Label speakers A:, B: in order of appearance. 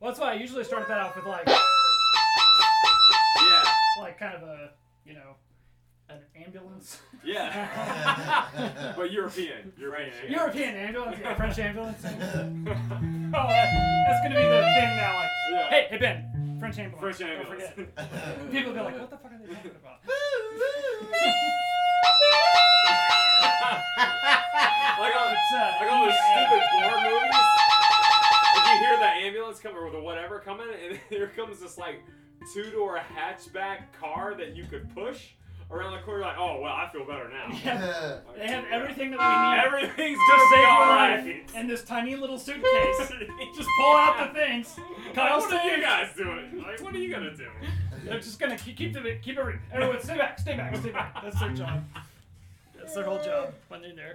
A: Well, that's why I usually start that off with like,
B: Yeah.
A: like kind of a, you know, an ambulance.
B: Yeah. but European. European.
A: European ambulance, yeah, French ambulance. oh,
B: European.
A: that- that's gonna be the thing now. Like,
B: yeah.
A: hey, hey Ben, French ambulance.
B: French
A: don't
B: ambulance.
A: forget. People be like, what the fuck are they talking about?
B: like on,
A: It's, uh,
B: like on those stupid porn movies. If you hear that ambulance coming or the whatever coming, and here comes this like two door hatchback car that you could push around the corner, like, oh well, I feel better now.
A: Yeah,
B: Like,
A: they have
B: yeah.
A: everything that we need
B: Everything's
A: to
B: gonna be
A: save your
B: alright.
A: life in this tiny little suitcase. Just pull out the things. Kyle,
B: what are
A: stay.
B: you guys doing? Like, what are you gonna do?
A: They're just gonna keep keep, the, keep every, everyone stay back, stay back, stay back. That's their job. That's their whole job when they're there.